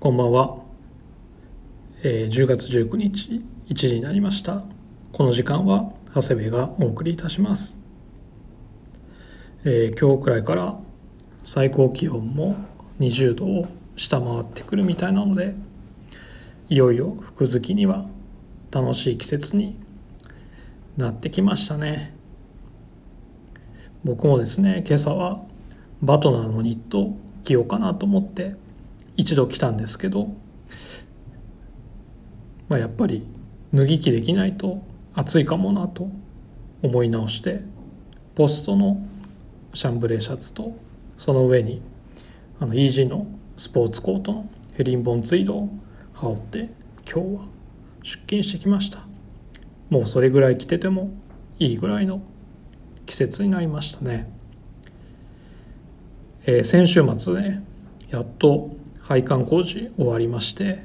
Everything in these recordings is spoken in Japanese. こんばんは、えー10月19日1時になりましたこの時間は長谷部がお送りいたします、えー今日くらいから最高気温も20度を下回ってくるみたいなのでいよいよ福月には楽しい季節になってきましたね僕もですね今朝はバトナーのニットを着ようかなと思って一度来たんですけど、まあ、やっぱり脱ぎ着できないと暑いかもなと思い直してポストのシャンブレーシャツとその上にあのイージーのスポーツコートのヘリンボンツイードを羽織って今日は出勤してきましたもうそれぐらい着ててもいいぐらいの季節になりましたね、えー先週末ねやっと配管工事終わりまして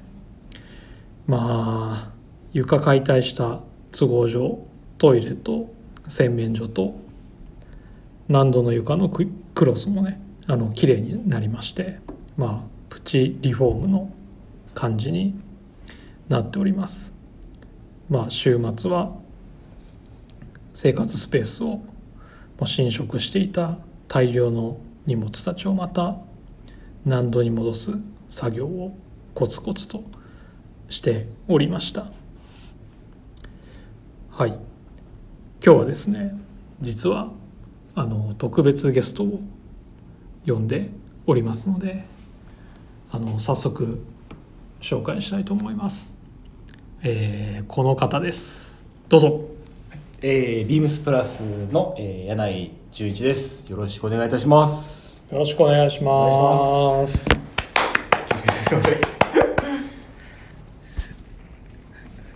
まあ床解体した都合上トイレと洗面所と難度の床のククロスもねあの綺麗になりましてまあプチリフォームの感じになっておりますまあ週末は生活スペースをもう侵食していた大量の荷物たちをまた難度に戻す作業をコツコツとしておりましたはい今日はですね実はあの特別ゲストを呼んでおりますのであの早速紹介したいと思います、えーこの方ですどうぞえー、ビームスプラスの、えー、柳井純一です。よろしくお願いいたします。よろしくお願いします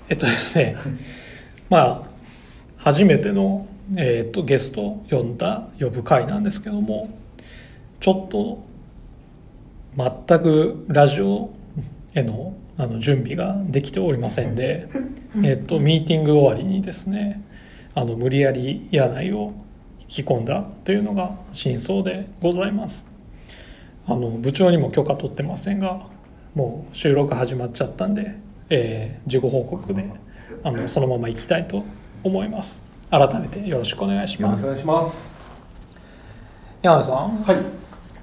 えっとですねまあ初めての、えーっとゲストを呼んだ呼ぶ会なんですけどもちょっと全くラジオへのあの準備ができておりませんで、えっとミーティング終わりにですねあの無理やり柳井を引き込んだというのが真相でございます。あの部長にも許可取ってませんがもう収録始まっちゃったんで、えー、事後報告であのそのまま行きたいと思います改めてよろしくお願いしよろましくすお願いします。柳井さんはい。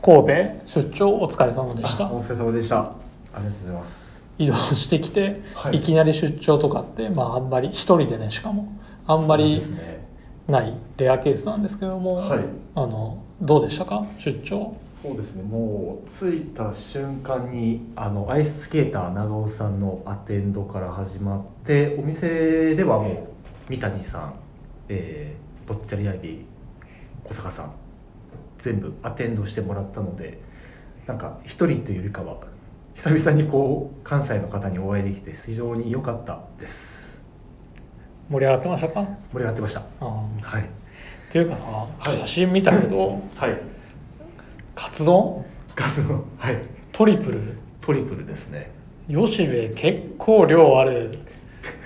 神戸出張お疲れ様でしあたお疲れ様でした。ありがとうございます。移動してきて、、はいいきなり出張とかってまああんまり一人でねしかもあんまりそうですね。ないレアケースなんですけども、はいあのどうでしたか出張そうですね。もう着いた瞬間にあのアイススケーター長尾さんのアテンドから始まって、お店ではもう三谷さん、えー、ぼっちゃりアイビー、小坂さん、全部アテンドしてもらったので、なんか一人というよりかは久々にこう関西の方にお会いできて非常に良かったです。盛り上がってましたか盛り上がってました。あーはい。っていうかさ、い写真見たけ どはい。カツ丼ガスのはいトリプルトリプルですね。吉部結構量ある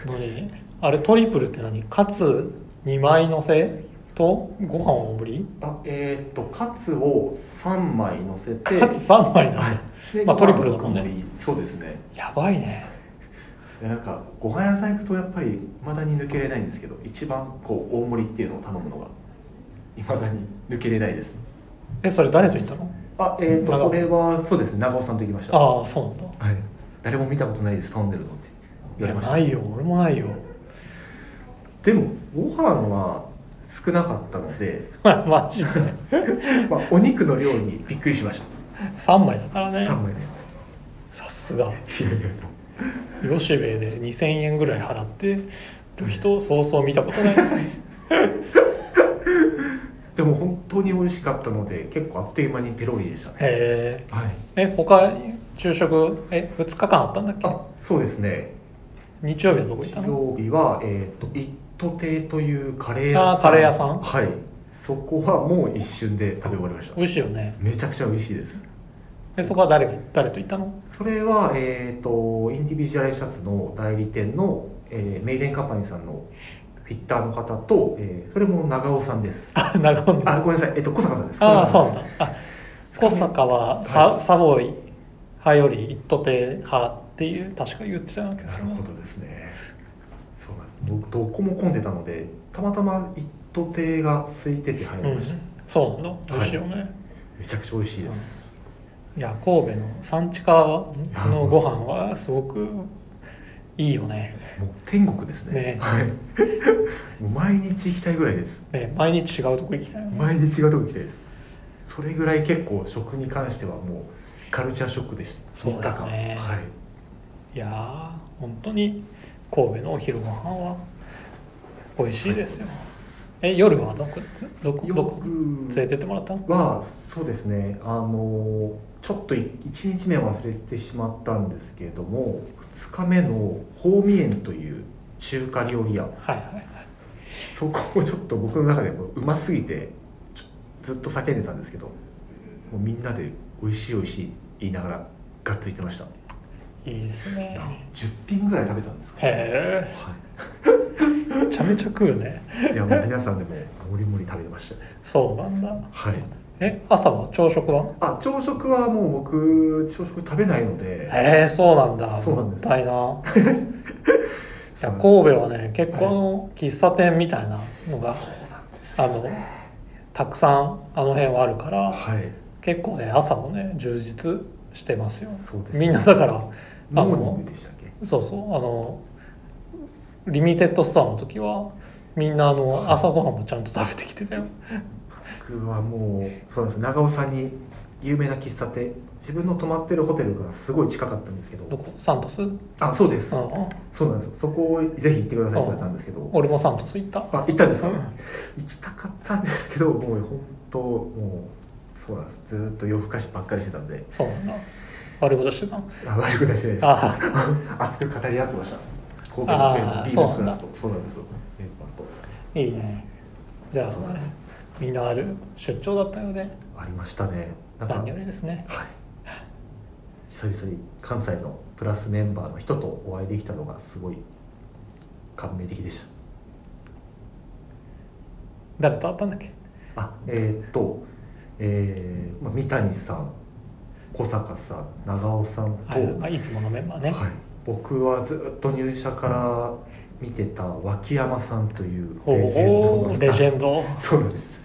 のにあれトリプルって何カツ2枚乗せとご飯大ぶりあえっ、とカツを三枚乗せて、カツ3枚なの、でまあトリプルだもんねご飯の特盛りそうですね。やばいねでなんかご飯屋さん行くとやっぱりまだに抜けれないんですけど、一番こう大盛りっていうのを頼むのが未だに抜けれないです。えそれ誰と行ったのあえっ、と長尾それはそうですね長尾さんと行きました。ああそうなんだはい。誰も見たことないです頼んでるのって言われましいやた。ないよ俺もないよ でもご飯は少なかったので、まあマジでまあお肉の量にびっくりしました。 3枚だからね三枚です。さすがいやいやいや吉部で2000円ぐらい払ってる人そうそう見たことないでも本当に美味しかったので結構あっという間にペロリでしたねえはいー、え他昼食え2日間あったんだっけあそうですね日曜日はどこ行っ日たの曜日はえっ、と一都亭というカレー屋さんあーカレー屋さんはいそこはもう一瞬で食べ終わりました美味しいよねめちゃくちゃ美味しいですえそこは誰が誰と行ったのそれはえっ、とインディビジュアルシャツの代理店の、えーメイデンカンパニーさんのフィッターの方と、えーそれも長尾さんですあ長尾あごめんなさいえっ、と小坂さんですああ小そう坂なんさんだですあ小坂はサ,、はサボイ派より一途亭派っていう確か言ってたような気がなするるなほどですねそうなんです僕どこも混んでたのでたまたま一途亭が空いてて入りうまんした、そうなんだ美味しいよね、めちゃくちゃ美味しいです、いや神戸の産地川 のご飯はすごくいいよねもう天国ですねねはいもう毎日行きたいぐらいですね毎日違うとこ行きたいよね毎日違うとこ行きたいですそれぐらい結構食に関してはもうカルチャーショックでしたそうだよね三日間はいいやー本当に神戸のお昼ご飯は美味しいですよ、え夜はどこどこどこ連れてってもらったのはそうですねあのちょっと1日目は忘れてしまったんですけれども2日目の宝味園という中華料理屋はいはいはいそこをちょっと僕の中でもうますぎてちょずっと叫んでたんですけどもうみんなで美味しい美味しい言いながらがっついてましたいいですね10品ぐらい食べたんですか、へはえめちゃめちゃ食うねい、いやもう皆さんでももりもり食べてましたねそうなんだはいえ朝は朝食はあ朝食はもう僕朝食食べないのでへえそうなんだそうなんもでっすたいないいや神戸はね結構あの喫茶店みたいなのが、そうなんですあのたくさんあの辺はあるからはい結構ね朝もね充実してますよそうですねみんなだからあモーニのングでしたっけそうそうあのリミテッドストアの時はみんなあの朝ごはんもちゃんと食べてきてたよ僕はもうそうなんです長尾さんに有名な喫茶店自分の泊まってるホテルからすごい近かったんですけどどこサントスうんあそうですそうなんですよそこをぜひ行ってくださいって言われたんですけど俺もサントス行ったあ行ったんですかうん行きたかったんですけどもう本当もうそうなんですずーっと夜更かしばっかりしてたんでそうなんだ悪いことしてたのあ悪く出してないですあ熱く語り合ってました神戸のあービールクラスとそうなんですよメンバーとあいいねじゃあみんなある出張だったようでありましたねなんか何よりですねはい、久々に関西のプラスメンバーの人とお会いできたのがすごい感銘的でし誰と会ったんだっけたあえーっと、えーまあ、三谷さん小坂さん長尾さんと、はいあいつものメンバーね、はい僕はずっと入社から見てた脇山さんというおおーレジェンンドドそうなんです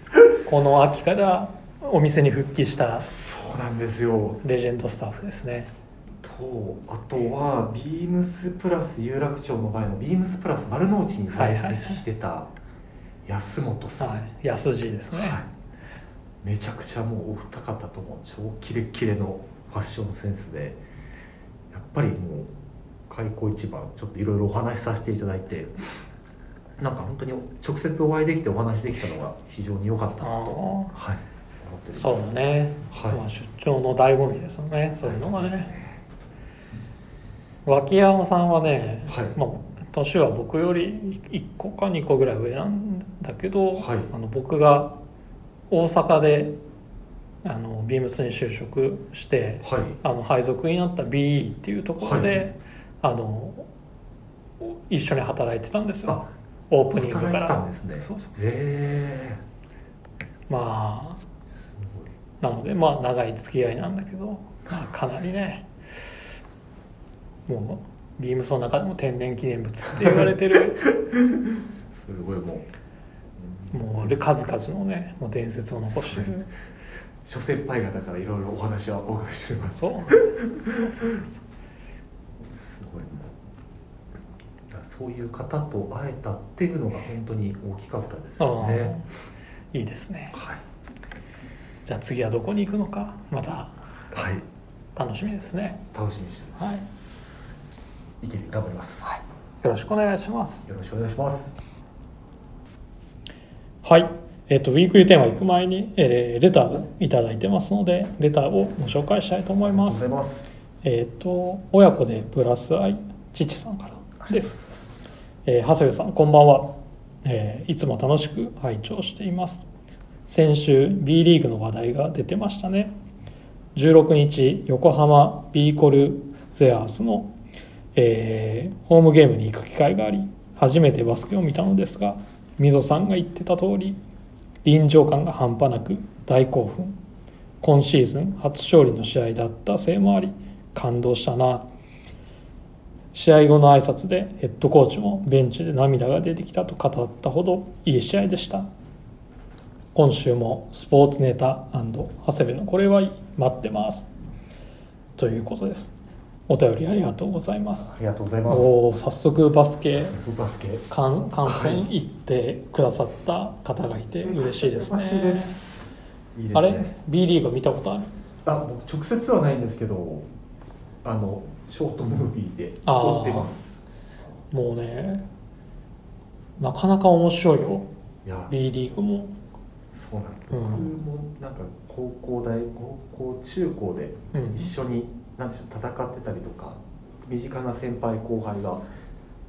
この秋からお店に復帰したそうなんですよレジェンドスタッフですねとあとはビームスプラス有楽町の前のビームスプラス丸の内に在籍してた安本さん、はい安次ですね、はいめちゃくちゃもうお二方とも超キレッキレのファッションセンスでやっぱりもう開口一番ちょっといろいろお話しさせていただいてなんか本当に直接お会いできてお話できたのが非常に良かったなと、あーはい、思っておりますそうだね、はいまあ、出張の醍醐味ですよねそういうのがね、脇山さんはね、はいまあ、年は僕より1個か2個ぐらい上なんだけど、はいあの僕が大阪であのビームスに就職してはいあの配属になった BE っていうところで、はいあの一緒に働いてたんですよあオープニングか働いてたんらですねそうそうえーまあすごいなのでまあ長い付き合いなんだけど、まあ、かなりねもうビームスの中でも天然記念物って言われて るすごいもうもう数々のねもう伝説を残してる諸先輩方からいろいろお話はお伺いしておりますそうすごいもうだからそういう方と会えたっていうのが本当に大きかったですよねうんいいですねはいじゃあ次はどこに行くのかまたはい楽しみですね楽しみにしてます、はいい、ける頑張ります、よろしくお願いしますよろしくお願いしますはいえっとウィークリーテーマ行く前に、えーレターをいただいてますのでレターをご紹介したいと思いまあすりがとうございますえっ、と親子でプラス愛父さんからです。えー、長谷部さんこんばんは、えーいつも楽しく拝聴しています。先週 B リーグの話題が出てましたね。16日横浜 B コルゼアースの、えーホームゲームに行く機会があり初めてバスケを見たのですが溝さんが言ってた通り臨場感が半端なく大興奮今シーズン初勝利の試合だったせいもあり感動したな試合後の挨拶でヘッドコーチもベンチで涙が出てきたと語ったほどいい試合でした今週もスポーツネタ長谷部のこれはいい待ってますということですお便りありがとうございますありがとうございますおー早速バスケバスケ観観戦行ってくださった方がいて嬉しいですね嬉しいですいいですねあれ B リーグ見たことあるあもう直接はないんですけどあのショートムービーであー追ってますもうねなかなか面白いよいや B リーグもそうなんです、うん僕もなんか高校大高校中高でうん一緒に、なんていうの戦ってたりとか身近な先輩後輩が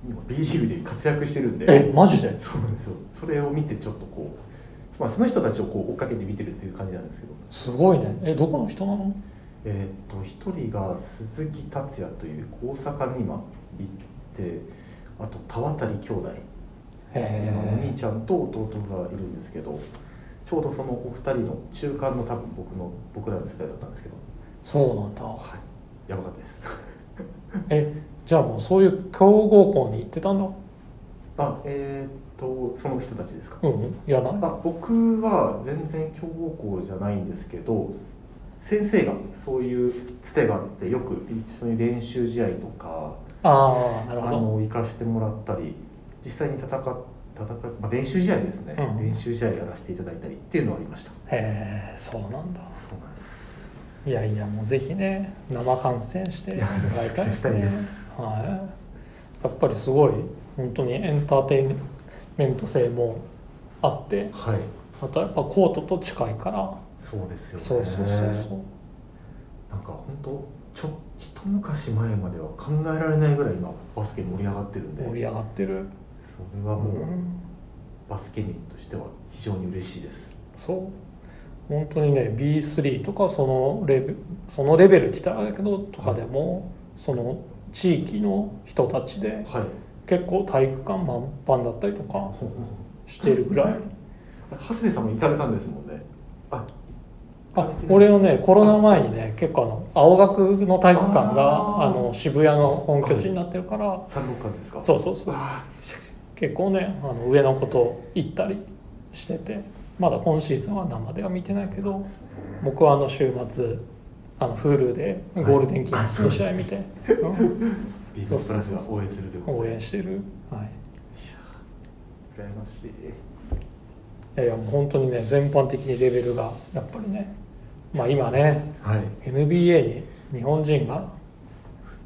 今 B リーグで活躍してるんでえマジでそうなんですよそれを見てちょっとこうつまりその人たちをこう追っかけて見てるっていう感じなんですけどすごいねえどこの人なのえーっと一人が鈴木達也という大阪に今行ってあと田渡兄弟へお兄えちゃんと弟がいるんですけどちょうどそのお二人の中間の多分僕の僕らの世代だったんですけどそうなんだはいやばかったです えじゃあもうそういう強豪校に行ってたんだあえーっとその人たちですかうんいやないあ僕は全然強豪校じゃないんですけど先生がそういうつてがあってよく一緒に練習試合とかああなあるほどの行かしてもらったり実際に戦っ戦っ、まあ、練習試合ですね、うん練習試合やらせていただいたりっていうのはありましたへえそうなんだそうなんですいやいやもうぜひね生観戦してもらいたいですねいやめちゃくちゃしたいですはいやっぱりすごい本当にエンターテインメント性もあってはいあとはやっぱコートと近いからそうですよねそうそうそうそうなんか本当ちょ一昔前までは考えられないぐらい今バスケ盛り上がってるんで盛り上がってる、それはもう、バスケ民としては非常に嬉しいですそう本当にね B3 とかそのレベそのレベルって言ったらあれだけどとかでも、その地域の人たちではい結構体育館満帆だったりとかしてるぐらい長谷部さんも行かれたんですもんねああ俺はねコロナ前にね結構あの青学の体育館がああーの渋谷の本拠地になってるから三六館ですかそうそうそうあ結構ねあの上のこと行ったりしててまだ今シーズンは生では見てないけど僕はあの週末あの Hulu でゴールデンキングスの試合見て、うんービームスプラスが応援するということ応で援してる、はい、羨ましいいやいやもう本当にね全般的にレベルがやっぱりねまあ今ねはい NBA に日本人が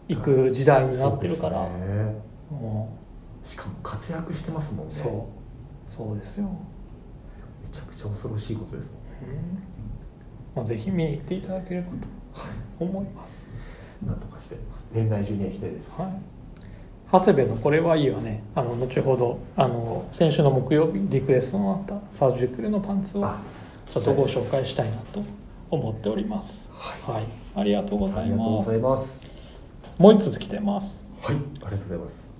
行く時代になってるから、そうですねもしかも活躍してますもんうねそうそうですよ、めちゃくちゃ恐ろしいことですもんうんまあ、ぜひ見に行っていただければと思います、なんとかして年内中には行きたいですはい、長谷部の「これはいいわね」あの後ほどあの先週の木曜日リクエストのあったサージュクルのパンツをあちょっとご紹介したいなと思っておりますはい、ありがとうごあざいりがとうまごすざいますもう1つ来てますはいありがとうございます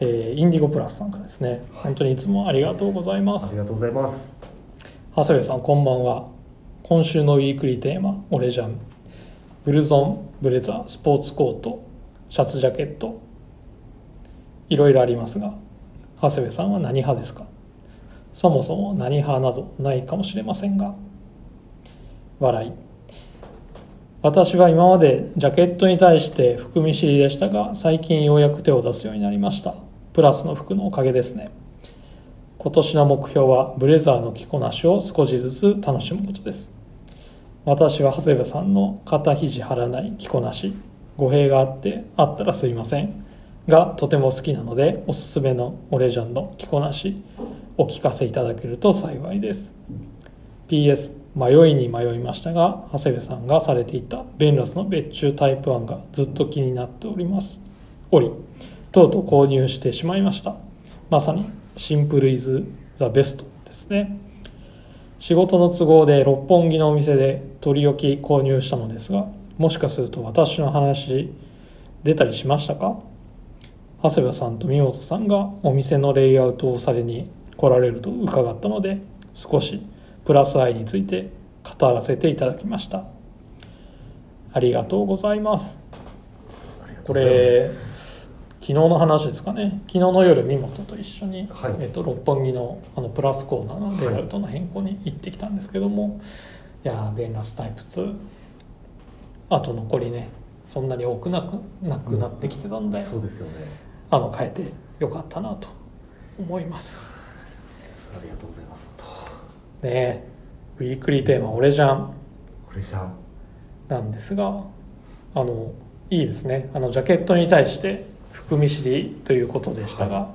えーインディゴプラスさんからですね、本当にいつもありがとうございまあすりがとうございます長谷部さんこんばんは今週のウィークリーテーマ「俺ジャム」ブルゾンブレザースポーツコートシャツジャケットいろいろありますが長谷部さんは何派ですかそもそも何派などないかもしれませんが笑い私は今までジャケットに対して服見知りでしたが最近ようやく手を出すようになりましたプラスの服のおかげですね今年の目標はブレザーの着こなしを少しずつ楽しむことです私は長谷部さんの肩肘張らない着こなし語弊があってあったらすいませんがとても好きなのでおすすめのオレジャンの着こなしお聞かせいただけると幸いです PS 迷いに迷いましたが長谷部さんがされていたベンラスの別注タイプ1がずっと気になっておりますおりとうとう購入してしまいましたまさにシンプルイズザベストですね仕事の都合で六本木のお店で取り置き購入したのですがもしかすると私の話出たりしましたか長谷部さんと三本さんがお店のレイアウトをされに来られると伺ったので少しプラス愛について語らせていただきましたありがとうございますこれ昨日の話ですかね昨日の夜三本と一緒に、はいえっと六本木のあのプラスコーナーのレイアウトの変更に行ってきたんですけども、い、やーベンラスタイプ2あと残りねそんなに多くなくなくなってきてたんで、そうですよねあの変えてよかったなと思いますありがとうございますとねえウィークリーテーマ「俺じゃんこれじゃん」なんですがあのいいですねあのジャケットに対して含み知りということでしたが、は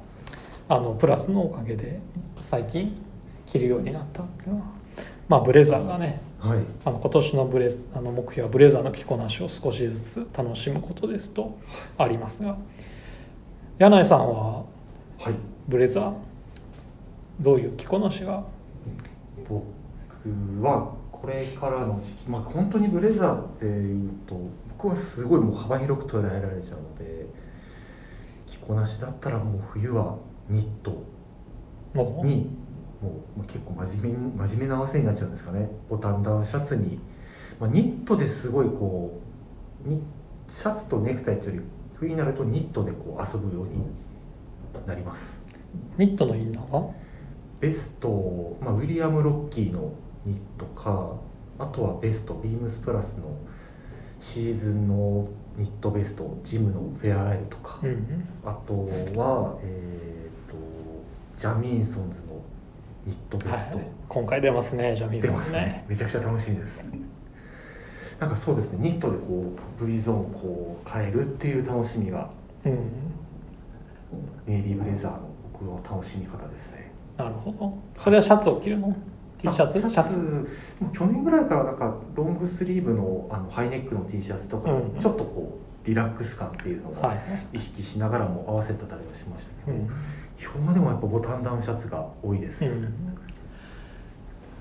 あのプラスのおかげで最近着るようになったっていうのはまあブレザーがねはいあの今年のブレあの目標はブレザーの着こなしを少しずつ楽しむことですとありますが柳井さんははいブレザーどういう着こなしが僕はこれからの時期まあ本当にブレザーっていうと僕はすごいもう幅広く捉えられちゃうので着こなしだったらもう冬はニットのにもうまあ結構真面目に真面目な合わせになっちゃうんですかねボタンダウンシャツに、まあ、ニットですごいこうニシャツとネクタイというより冬になるとニットでこう遊ぶようになりますニットのインナーはベスト、まあ、ウィリアム・ロッキーのニットかあとはベストビームスプラスのシーズンのニットベストジムのフェアアイルとか、うんあとはえっ、とジャミーンソンズのニットベはスト、い、今回出ますねジャミー出さんますねめちゃくちゃ楽しみですなんかそうですねニットでこう V ゾーンをこう変えるっていう楽しみがうんネイビーブレザーの僕の楽しみ方ですねなるほどそれはシャツを着るの T シャツあシャツもう去年ぐらいからなんかロングスリーブのあのハイネックの T シャツとか、うんちょっとこうリラックス感っていうのはをい、意識しながらも合わせてたりはしましたけうど、ん今でもやっぱボタンダウンシャツが多いです、うん、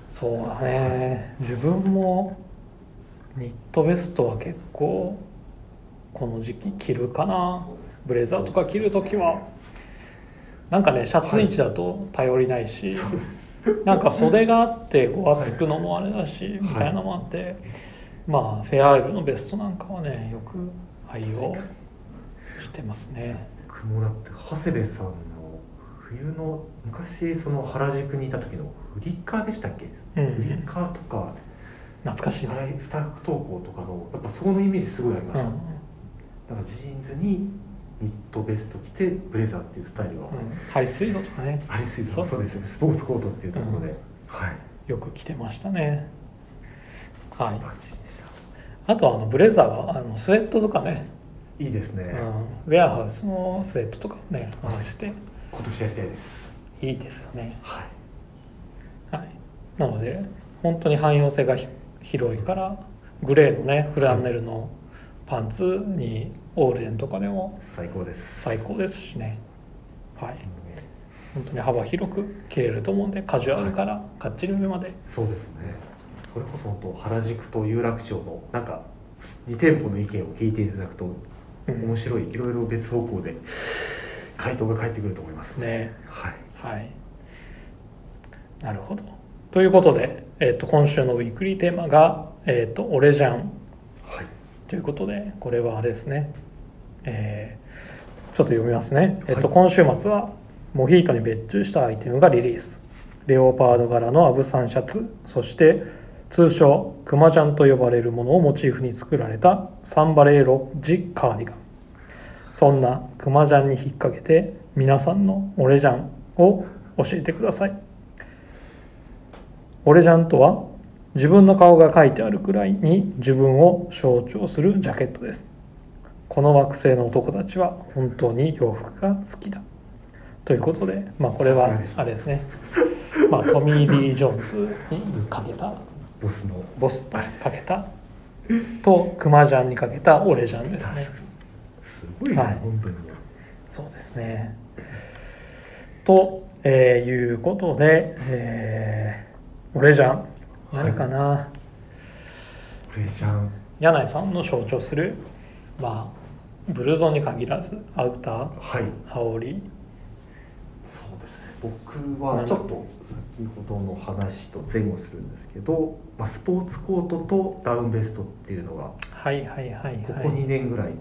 そうだね自分もニットベストは結構この時期着るかなブレザーとか着る時はなんかねシャツ位置だと頼りないし、なんか袖があってごわつくのもあれだし、みたいなのもあって、まあフェアアイルのベストなんかはねよく愛用してますね僕もだって長谷部さんの冬の昔その原宿にいた時のフリッカーでしたっけ、うんフリッカーとか懐かしいスね、タイスタッフ投稿とかのやっぱそこのイメージすごいありまうしんた、だからジーンズにニットベスト着てブレザーっていうスタイルは、うん、ハイスイートとかねアリスイートそうそうですよねスポーツコートっていうところで、うんはいよく着てましたねはいバッチリでしたあとはあのブレザーはあのスウェットとかね、いいですね、うん、ウェアハウスのスウェットとかね合わせて今年やりたいですいいですよねはいはいなので本当に汎用性がひ広いからグレーのねフランネルのパンツにオールデンとかでも最高です最高ですしねはい本当に幅広く着れると思うんでカジュアルからかっちりめまでそうですねこれこそ本当原宿と有楽町のなんか2店舗の意見を聞いていただくとうん面白いいろいろ別方向で回答が返ってくると思いますねはいはい。なるほど。ということで、えっと今週のウィークリーテーマが「えっと俺じゃんはい」ということでこれはあれですね、えーちょっと読みますね、えっとはい今週末はモヒートに別注したアイテムがリリースレオパード柄のアブサンシャツそして通称クマちゃんと呼ばれるものをモチーフに作られたサンバレーロジカーディガンそんなクマジャンに引っ掛けて皆さんの「俺ジャン」を教えてください。俺ジャンとは自分の顔が書いてあるくらいに自分を象徴するジャケットです。この惑星の男たちは本当に洋服が好きだ。ということで、まあ、これはあれですね、まあ、トミー・リー・ジョーンズにかけたボスのボスとかけたとクマジャンにかけた俺ジャンですね。すごいね、はい本当にそうですね。と、えーいうことで、えー俺じゃん何かな、プレイちゃん柳井さんの象徴する、まあ、ブルゾンに限らずアウターはい羽織そうですね僕はちょっと先ほどの話と前後するんですけど、まあ、スポーツコートとダウンベストっていうのがはいはいはいこはいこ2年ぐらい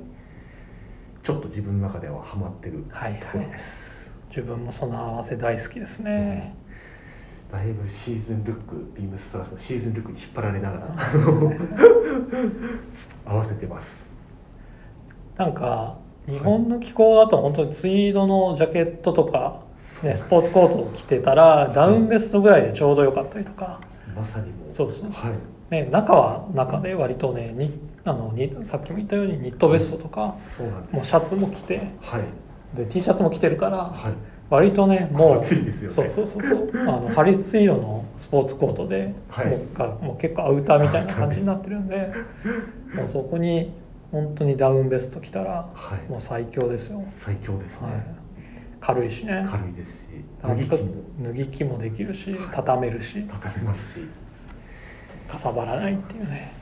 ちょっと自分の中ではハマってるとはいはいころです、自分もその合わせ大好きですね、だいぶシーズンルックビームスプラスのシーズンルックに引っ張られ ながら合わせてますなんか日本の気候だと本当にツイードのジャケットとか、ね、スポーツコートを着てたらダウンベストぐらいでちょうどよかったりとか、まさにもそうそうはいね、中は中で割とねにあのにさっきも言ったようにニットベストとか、そうなんですもうシャツも着てはいで T シャツも着てるからはい割とねもう暑いですよねそうそうそうそうあのハリスツイードのスポーツコートで、はいもうがもう結構アウターみたいな感じになってるん でもうそこに本当にダウンベスト着たらはいもう最強ですよ、最強ですね、はい、軽いしね軽いですし脱ぎ厚着くも脱ぎ着もできるし畳めるし高めますしかさばらないっていうね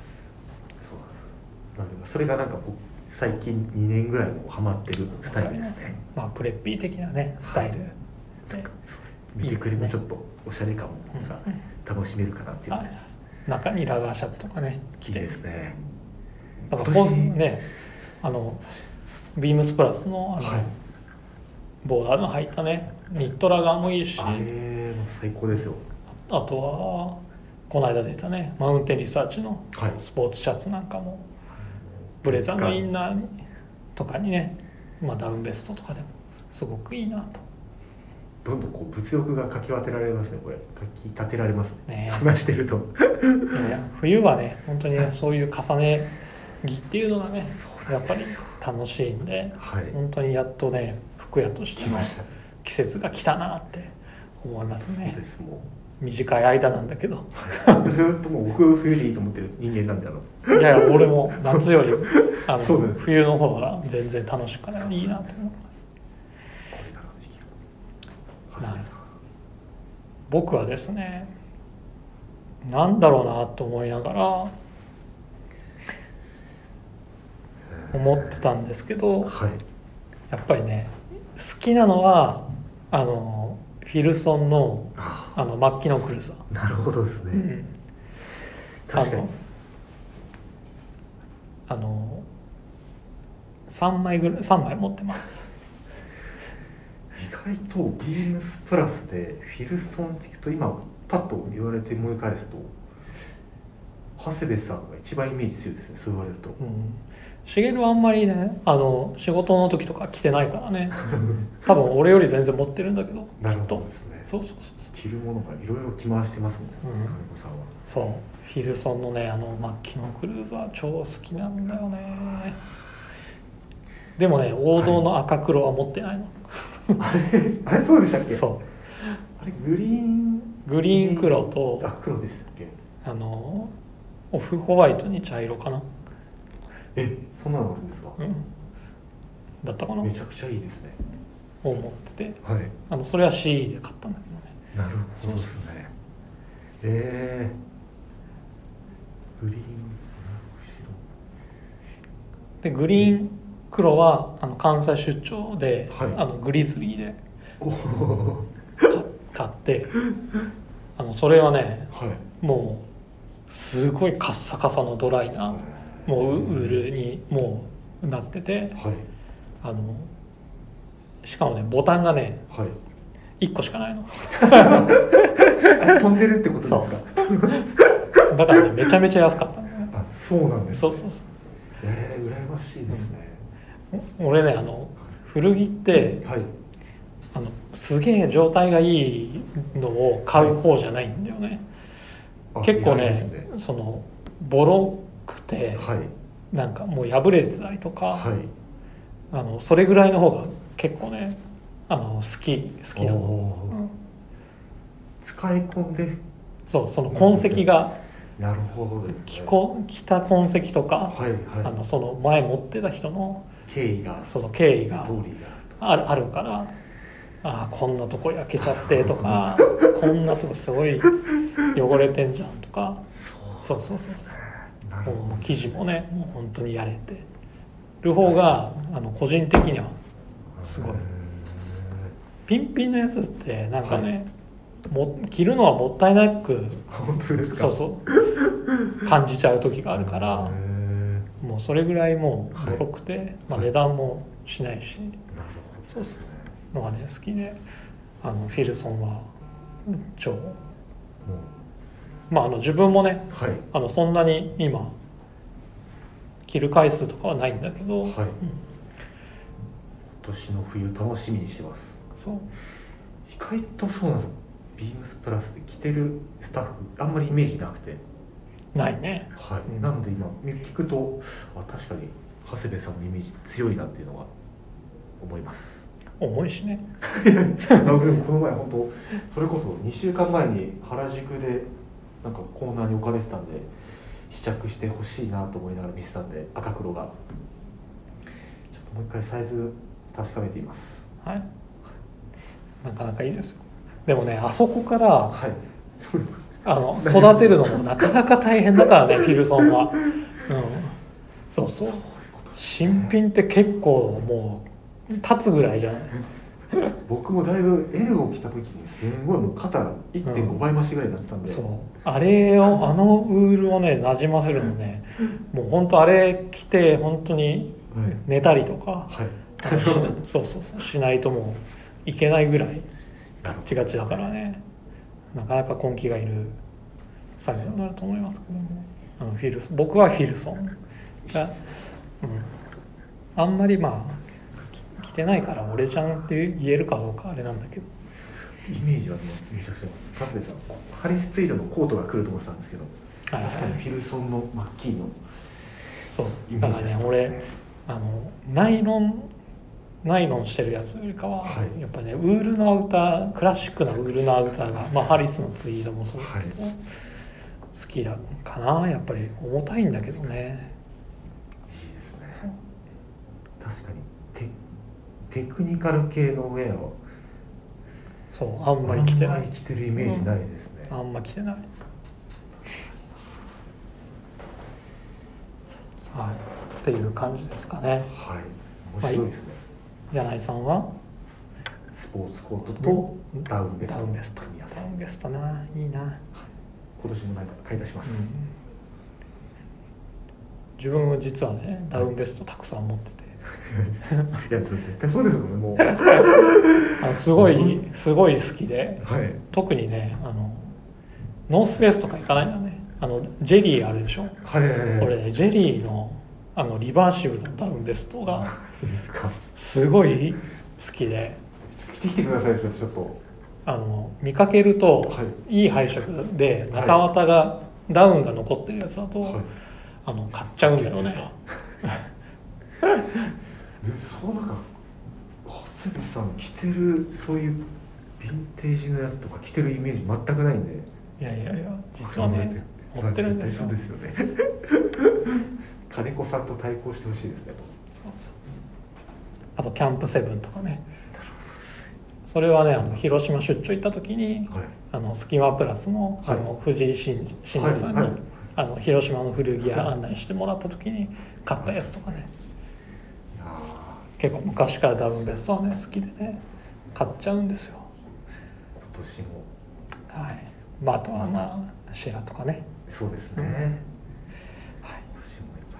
そうなんですなんでそれがなんか僕最近2年ぐらいもハマってるスタイルですねまあプレッピー的なねスタイルで、見てくいれいでもすねちょっとおしゃれ感もさうん楽しめるかなっていうのはがい、中にラガーシャツとかねい着いてですねなんかこう今年ねあのビームスプラスのあの、はいボーダーの入ったねニットラガーもいいしああれも最高ですよとはこの間出たねマウンテンリサーチのはいスポーツシャツなんかもブレザーのインナーにとかにね、まあ、ダウンベストとかでもすごくいいなと。どんどんこう物欲がかき分けられますねこれかき立てられますねね話してるといやいや冬はね本当にねそういう重ね着っていうのがねやっぱり楽しいんではい本当にやっとね服屋として来のました季節が来たなって思いますそうねですもう短い間なんだけどずーっともう僕冬でいいと思ってる人間なんであのいやいや俺も夏より あのそうだね冬の方が全然楽しくからいいなと思いますこれからの時期長なる谷さん僕はですねなんだろうなと思いながら思ってたんですけどはいやっぱりね好きなのはあのフィルソンのああのマッキノクルーザー、あなるほどですね、うん、確かにあのあの3枚ぐらい三枚持ってます意外とビームスプラスでフィルソンって聞くと今パッと言われて思い返すと長谷部さんが一番イメージ強いですねそう言われるとうんシゲルはあんまりねあの仕事の時とか着てないから ね多分俺より全然持ってるんだけどなるきほっとどですねそうそうそうそう着るものがいろいろ着回してますもんねうん金子さんはそうフィルソンのねあのマッキノクルーザー超好きなんだよねでもね王道の赤黒は持ってないの、あれあれそうでしたっけそうあれグリーングリーン黒とあ黒でしたっけあのオフホワイトに茶色かな、えそんなのあるんですか、うん、だったかなをめちゃくちゃいいですね持っててはいあのそれは CE で買ったんだけどねなるほどですねえー、グリーンでグリーン黒はあの関西出張で、はいあのグリズリーで後ろおおか買ってあのそれはねはいもうすごいカッサカサのドライなもうウールにもうなっててはいあのしかもねボタンがねはい1個しかないのあ飛んでるってことですかそだからねめちゃめちゃ安かったんだよねあそうなんですそうそうそうえー、羨ましいですね、お俺ねあの古着ってはいあのすげえ状態がいいのを買う方じゃないんだよねあ結構意外ねですそのボロくてはいなんかもう破れてたりとか、はいあのそれぐらいの方が結構ねあの好き好きなの、おうーん使い込んでそうその痕跡がなるほどですね着こ着た痕跡とか、はいはいあのその前持ってた人の経緯がスその経緯トがーリーがあるあとるあるからああこんなとこ焼けちゃってと かこんなとこすごい汚れてんじゃんとかそうそうそうなそうるほもどう生地もねもう本当にやれてる方があの個人的にはすごいへーピンピンのやつってなんかはね、も着るのはもったいなく本当ですかそうそう感じちゃう時があるからへーもうそれぐらいもうボロくて、まあ、値段もしないしなるほどそうそうのがね好きであのフィルソンは超もまああの自分もねうはいあのそんなに今着る回数とかはないんだけど、はういん今年の冬楽しみにしてますそう意外とそうなんですビームスプラスで着てるスタッフあんまりイメージなくてないねはい、うんなんで今聞くとあ確かに長谷部さんのイメージ強いなっていうのは思います重いしねなんかでも この前本当それこそ2週間前に原宿でなんかコーナーに置かれてたんで試着してほしいなと思いながら見てたんで赤黒がちょっともう一回サイズ確かめていますはいなかなかいいですよでもねあそこからはいあの育てるのもなかなか大変だ からねフィルソンは、うん、そうそう新品って結構もう立つぐらいじゃない僕もだいぶ L を着た時にすんごいもう肩1.5倍増しぐらいになってたんで、そうあれをあのウールをねなじませるのねもう本当あれ着て本当にはい寝たりとか はいあのしそうそうそうしないともういけないぐらいガッチガチだからねなかなか根気がいる作業になると思いますけどもあのフィルソン僕はフィルソンが、うん、あんまりまあき着てないから俺ちゃんって言えるかどうかあれなんだけどイメージはねめちゃくちゃカズレさんハリス・ツイードのコートが来ると思ってたんですけどはい確かにフィルソンのマッキーのそうイメだーかジらでねす俺あのナイロンナイロンしてるやつよりかは、はいやっぱねウールのアウタークラシックなウールのアウターが、まあ、ハリスのツイードもそうだけど、好きだかなやっぱり重たいんだけどねいいですねそう確かにテテクニカル系のウェアをそうあんまり着てなあんまいり着てるイメージないですね、あんま着てないはいっていう感じですかねはい面白いですね、柳井さんはスポーツコートとうんダウンベストダウンベスト組み合わせダウンベストないいな今年もなんか買い足します、自分は実はねダウンベストたくさん持ってていや絶対そうですもん ねもうあのすごいうんすごい好きではい特にねあのノースペースとか行かないんだねあのジェリーあるでしょはいはいはい俺ねジェリーのあのリバーシブルのダウンベストがそうですかすごい好きで着てきてくださいちょっとちょっとあの見かけるとはいいい配色ではい中綿がダウンが残ってるやつだと、はいあの買っちゃうんだよねえそうなんか長谷部さん着てるそういうヴィンテージのやつとか着てるイメージ全くないんでいやいやいや実はね持ってるん ですよそうですよね金子さんと対抗してほしいですねあとキャンプセブンとかねそれはねあの広島出張行った時にはいあのスキマプラスの,、はいあの藤井真真二さんに、はいはいあの広島の古着屋案内してもらった時に買ったやつとかねいや結構昔からダウンベストはね好きでね買っちゃうんですよー今年もはい、まあ、あとはまあシェラとかね、そうですね、うん今年もはいっいぱいあ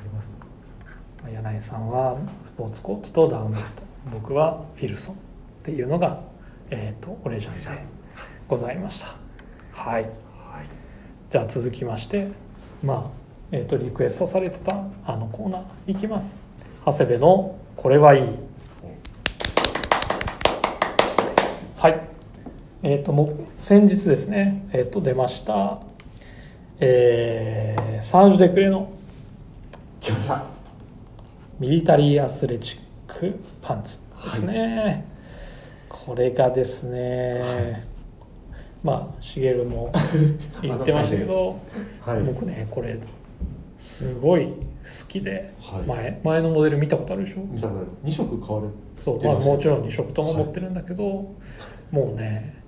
りますねまあ、柳井さんはスポーツコートとダウンベスト僕はフィルソンっていうのが、えー、とオレジャンでございましたはいはいじゃあ続きましてまあえー、とリクエストされてたあのコーナーいきます長谷部の「これはいい」はいえっ、ともう先日ですねえっ、と出ましたえーサージュ・デクレの「来ましたミリタリーアスレチックパンツですね、これがですね、まあ茂も言ってましたけど、はい僕ねこれすごい好きで、はい前前のモデル見たことあるでしょ見たことある2色買われそう、出まあ、ましたもちろん2色とも持ってるんだけど、もうね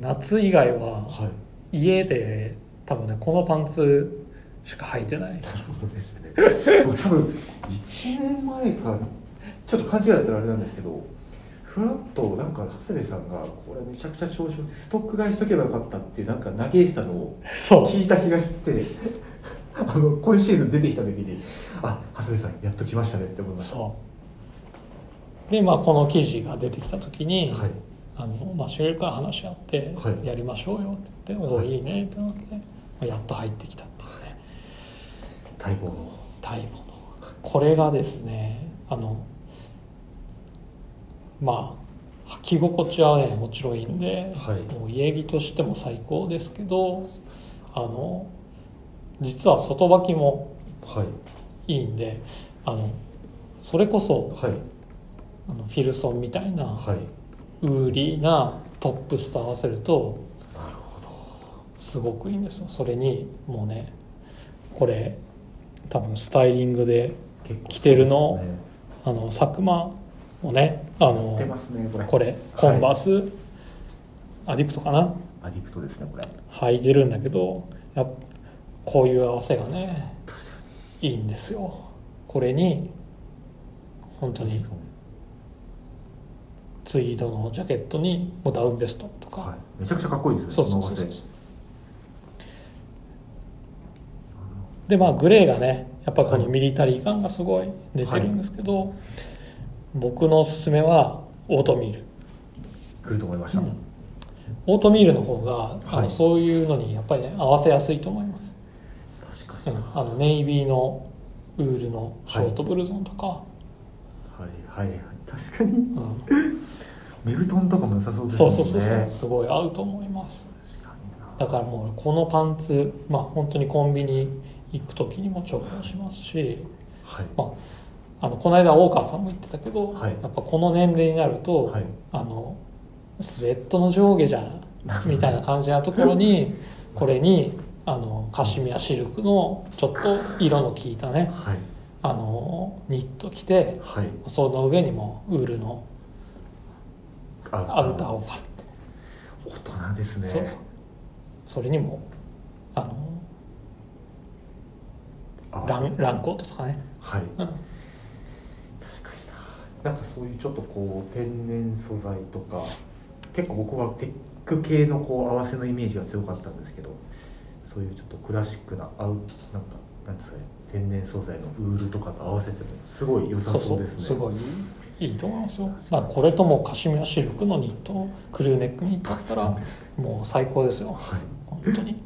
夏以外ははい家で多分ねこのパンツしか履いてない そうですね。もう多分1年前かちょっと勘違いだったらあれなんですけどフラッとなんか長谷部さんがこれめちゃくちゃ調子よくてストック買いしとけばよかったっていうなんか投げしたのを そう聞いた気がしてあの今シーズン出てきた時にあ長谷部さんやっと来ましたねって思いましたそうでまあこの記事が出てきた時に、はいあのまあ、収録から話し合ってはいやりましょうよって言って、おおはいいいねってなって、まあ、やっと入ってきたっていうね待望の待望のこれがですねあのまあ履き心地はねもちろんいいんで、はいもう家着としても最高ですけどあの実は外履きもはいいいんであのそれこそはいあのフィルソンみたいなはいウーリーなトップスと合わせるとなるほどすごくいいんですよそれにもうねこれ多分スタイリングで結構着てるのそうですねあの佐久間をねあの出ますねこれこれコンバース、アディクトかなアディクトですねこれ履いてるんだけどやっぱこういう合わせがねいいんですよこれに本当にツイードのジャケットにもうダウンベストとか、はい、めちゃくちゃかっこいいですねそうそうそうそうこの合わでまあグレーがねやっぱこのミリタリー感がすごい出てるんですけど、僕のおすすめはオートミールせ来ると思いました、うんオートミールの方が、あはのいそういうのにやっぱりね合わせやすいと思います、う確かんに、あのネイビーのウールのショートブルゾンとか、はいはい確かにうんメルトンとかも良さそうですそもうんそねうそうそうすごい合うと思います確かにだなからもうこのパンツまあ本当にコンビニ行く時にも重宝しますし、はいまあ、あのこの間大川さんも言ってたけど、はいやっぱこの年齢になると、はいあのスウェットの上下じゃんみたいな感じなところに これにあのカシミヤシルクのちょっと色の効いたねはいあのニット着てはいその上にもウールのアウターをパッと。大人ですねそうそうそれにもあのあランランコートとかね、はいうん、なんかそういうちょっとこう天然素材とか結構僕はテック系のこう合わせのイメージが強かったんですけどそういうちょっとクラシックな合うなんかなんですかね天然素材のウールとかと合わせてもすごい良さそうそそううですねすごいいいと思いますよだからこれともうカシミヤシルクのニットクルーネックニットだったらもう最高ですよはい本当に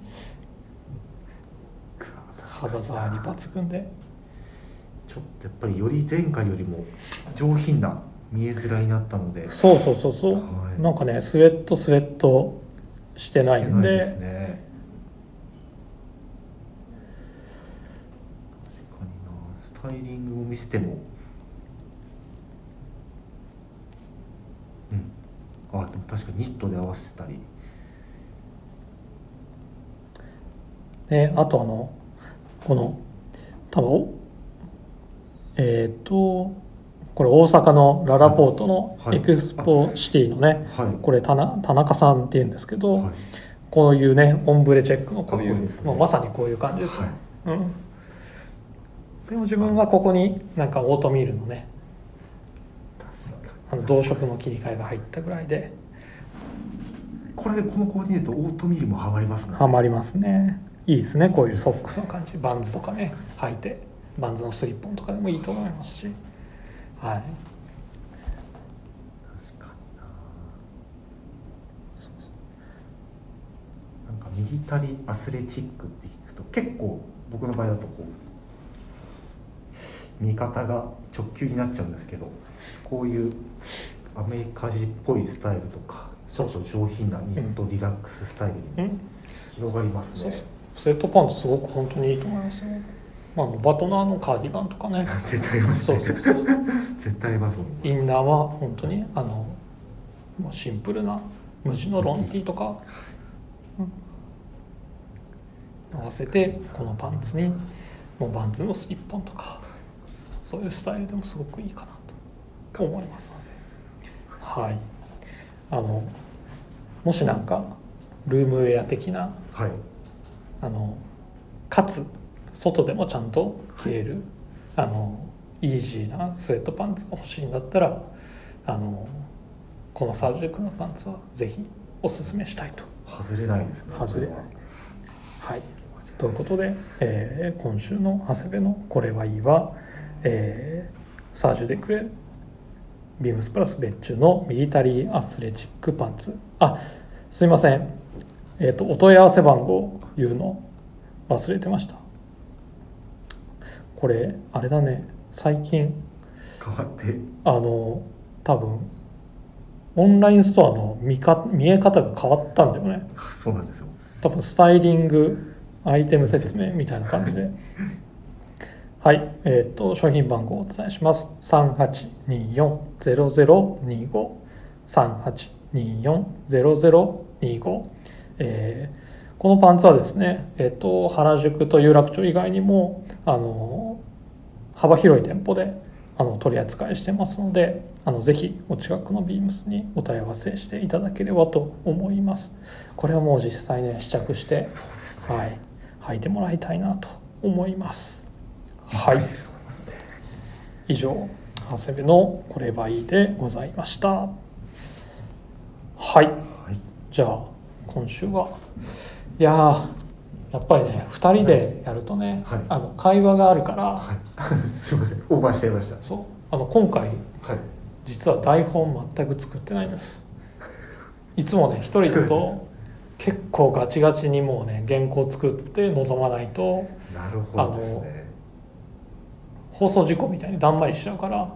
肌触り抜群でちょっとやっぱりより前回よりも上品な見えづらいになったのでそうそうそうそう、はいなんかねスウェットスウェットしてないんでいけないですね確かになスタイリングを見せてもうんあでも確かにニットで合わせたりね、あとあのこの多分おえっ、とこれ大阪のララポートのはいエクスポシティのね、はいこれ田中田中さんっていうんですけど、はいこういうねオンブレチェックのこういかっこいいうですねもうまさにこういう感じですよ、はいうん、でも自分はここになんかオートミールのね確かにあの同色の切り替えが入ったぐらいでこれでこのコーディネートオートミールもハマりますねハマりますねいいですねこういうソックスの感じバンズとかね履いてバンズのスリッポンとかでもいいと思いますしはい確かになそうそうなんかミリタリーアスレチックって聞くと結構僕の場合だとこう見方が直球になっちゃうんですけどこういうアメリカ人っぽいスタイルとかちょっと上品なニットリラックススタイルうにん広がりますそうそうね。スウェットパンツすごく本当にいいと思いますよ、まあ、あのバトナーのカーディガンと かね絶対合いますそねうそうそうそう絶対合いますもんねインナーは本当にあのもうシンプルな無地のロンティーとか、うん合わせてこのパンツにもうバンズのスリッポンとかそういうスタイルでもすごくいいかなと思いますのではいあのもしなんかルームウェア的なはいあのかつ外でもちゃんと着れる、あのイージーなスウェットパンツが欲しいんだったらあのこのサージェクのパンツはぜひおすすめしたいと外れないですね外れこははい間違いということで、えー今週の長谷部の「これはいいわ」は、えーサージュ・デクレビームスプラス別注のミリタリーアスレチックパンツあすいませんえっ、とお問い合わせ番号言うの忘れてましたこれあれだね最近変わってあの多分オンラインストアの見か見え方が変わったんだよねそうなんですよ多分スタイリングアイテム説明みたいな感じではいえっ、と商品番号をお伝えします38240025 38240025えーこのパンツはですね、えっと原宿と有楽町以外にもあの幅広い店舗であの取り扱いしてますのであのぜひお近くのビームスにお問い合わせしていただければと思いますこれはもう実際ね試着してそうですねはい履いてもらいたいなと思いますはい以上長谷部のこれはいいでございましたはいはいじゃあ今週はいやーやっぱりね2人でやるとね、はいあの会話があるから、はい すいませんオーバーしちゃいましたそうあの今回はい実は台本全く作ってないんですいつもね一人だと結構ガチガチにもうね原稿作って臨まないとなるほどですね放送事故みたいにだんまりしちゃうから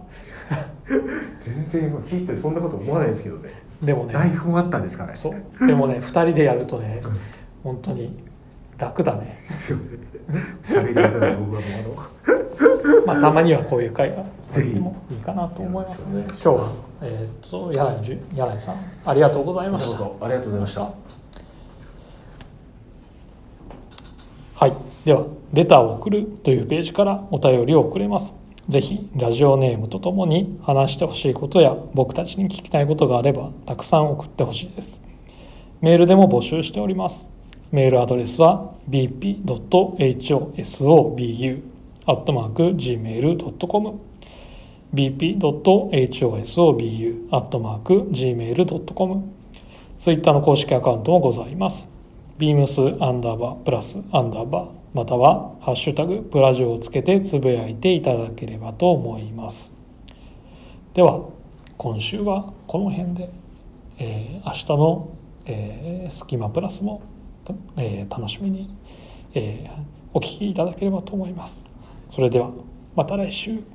全然今聞いててそんなこと思わないですけどねでもね台本あったんですかねそうでもね2人でやるとね本当に楽だねですよね 喋り方が僕はもうあのまあたまにはこういう会があっぜてひもいいかなと思いますのでよ今日はえーっと柳ろしくお願いします、じゅ柳井さんありがとうございましたどうぞありがとうございましたはい、では「レターを送る」というページからお便りを送れますぜひラジオネームとともに話してほしいことや僕たちに聞きたいことがあればたくさん送ってほしいですメールでも募集しておりますメールアドレスは bp.hosobu.gmail.com bp.hosobu.gmail.com ツイッターの公式アカウントもございます。ビームスアンダーバープラスアンダーバーまたはハッシュタグプラジオをつけてつぶやいていただければと思います。では今週はこの辺で、えー明日の、えースキマプラスも、えー楽しみに、えーお聞きいただければと思います。それではまた来週。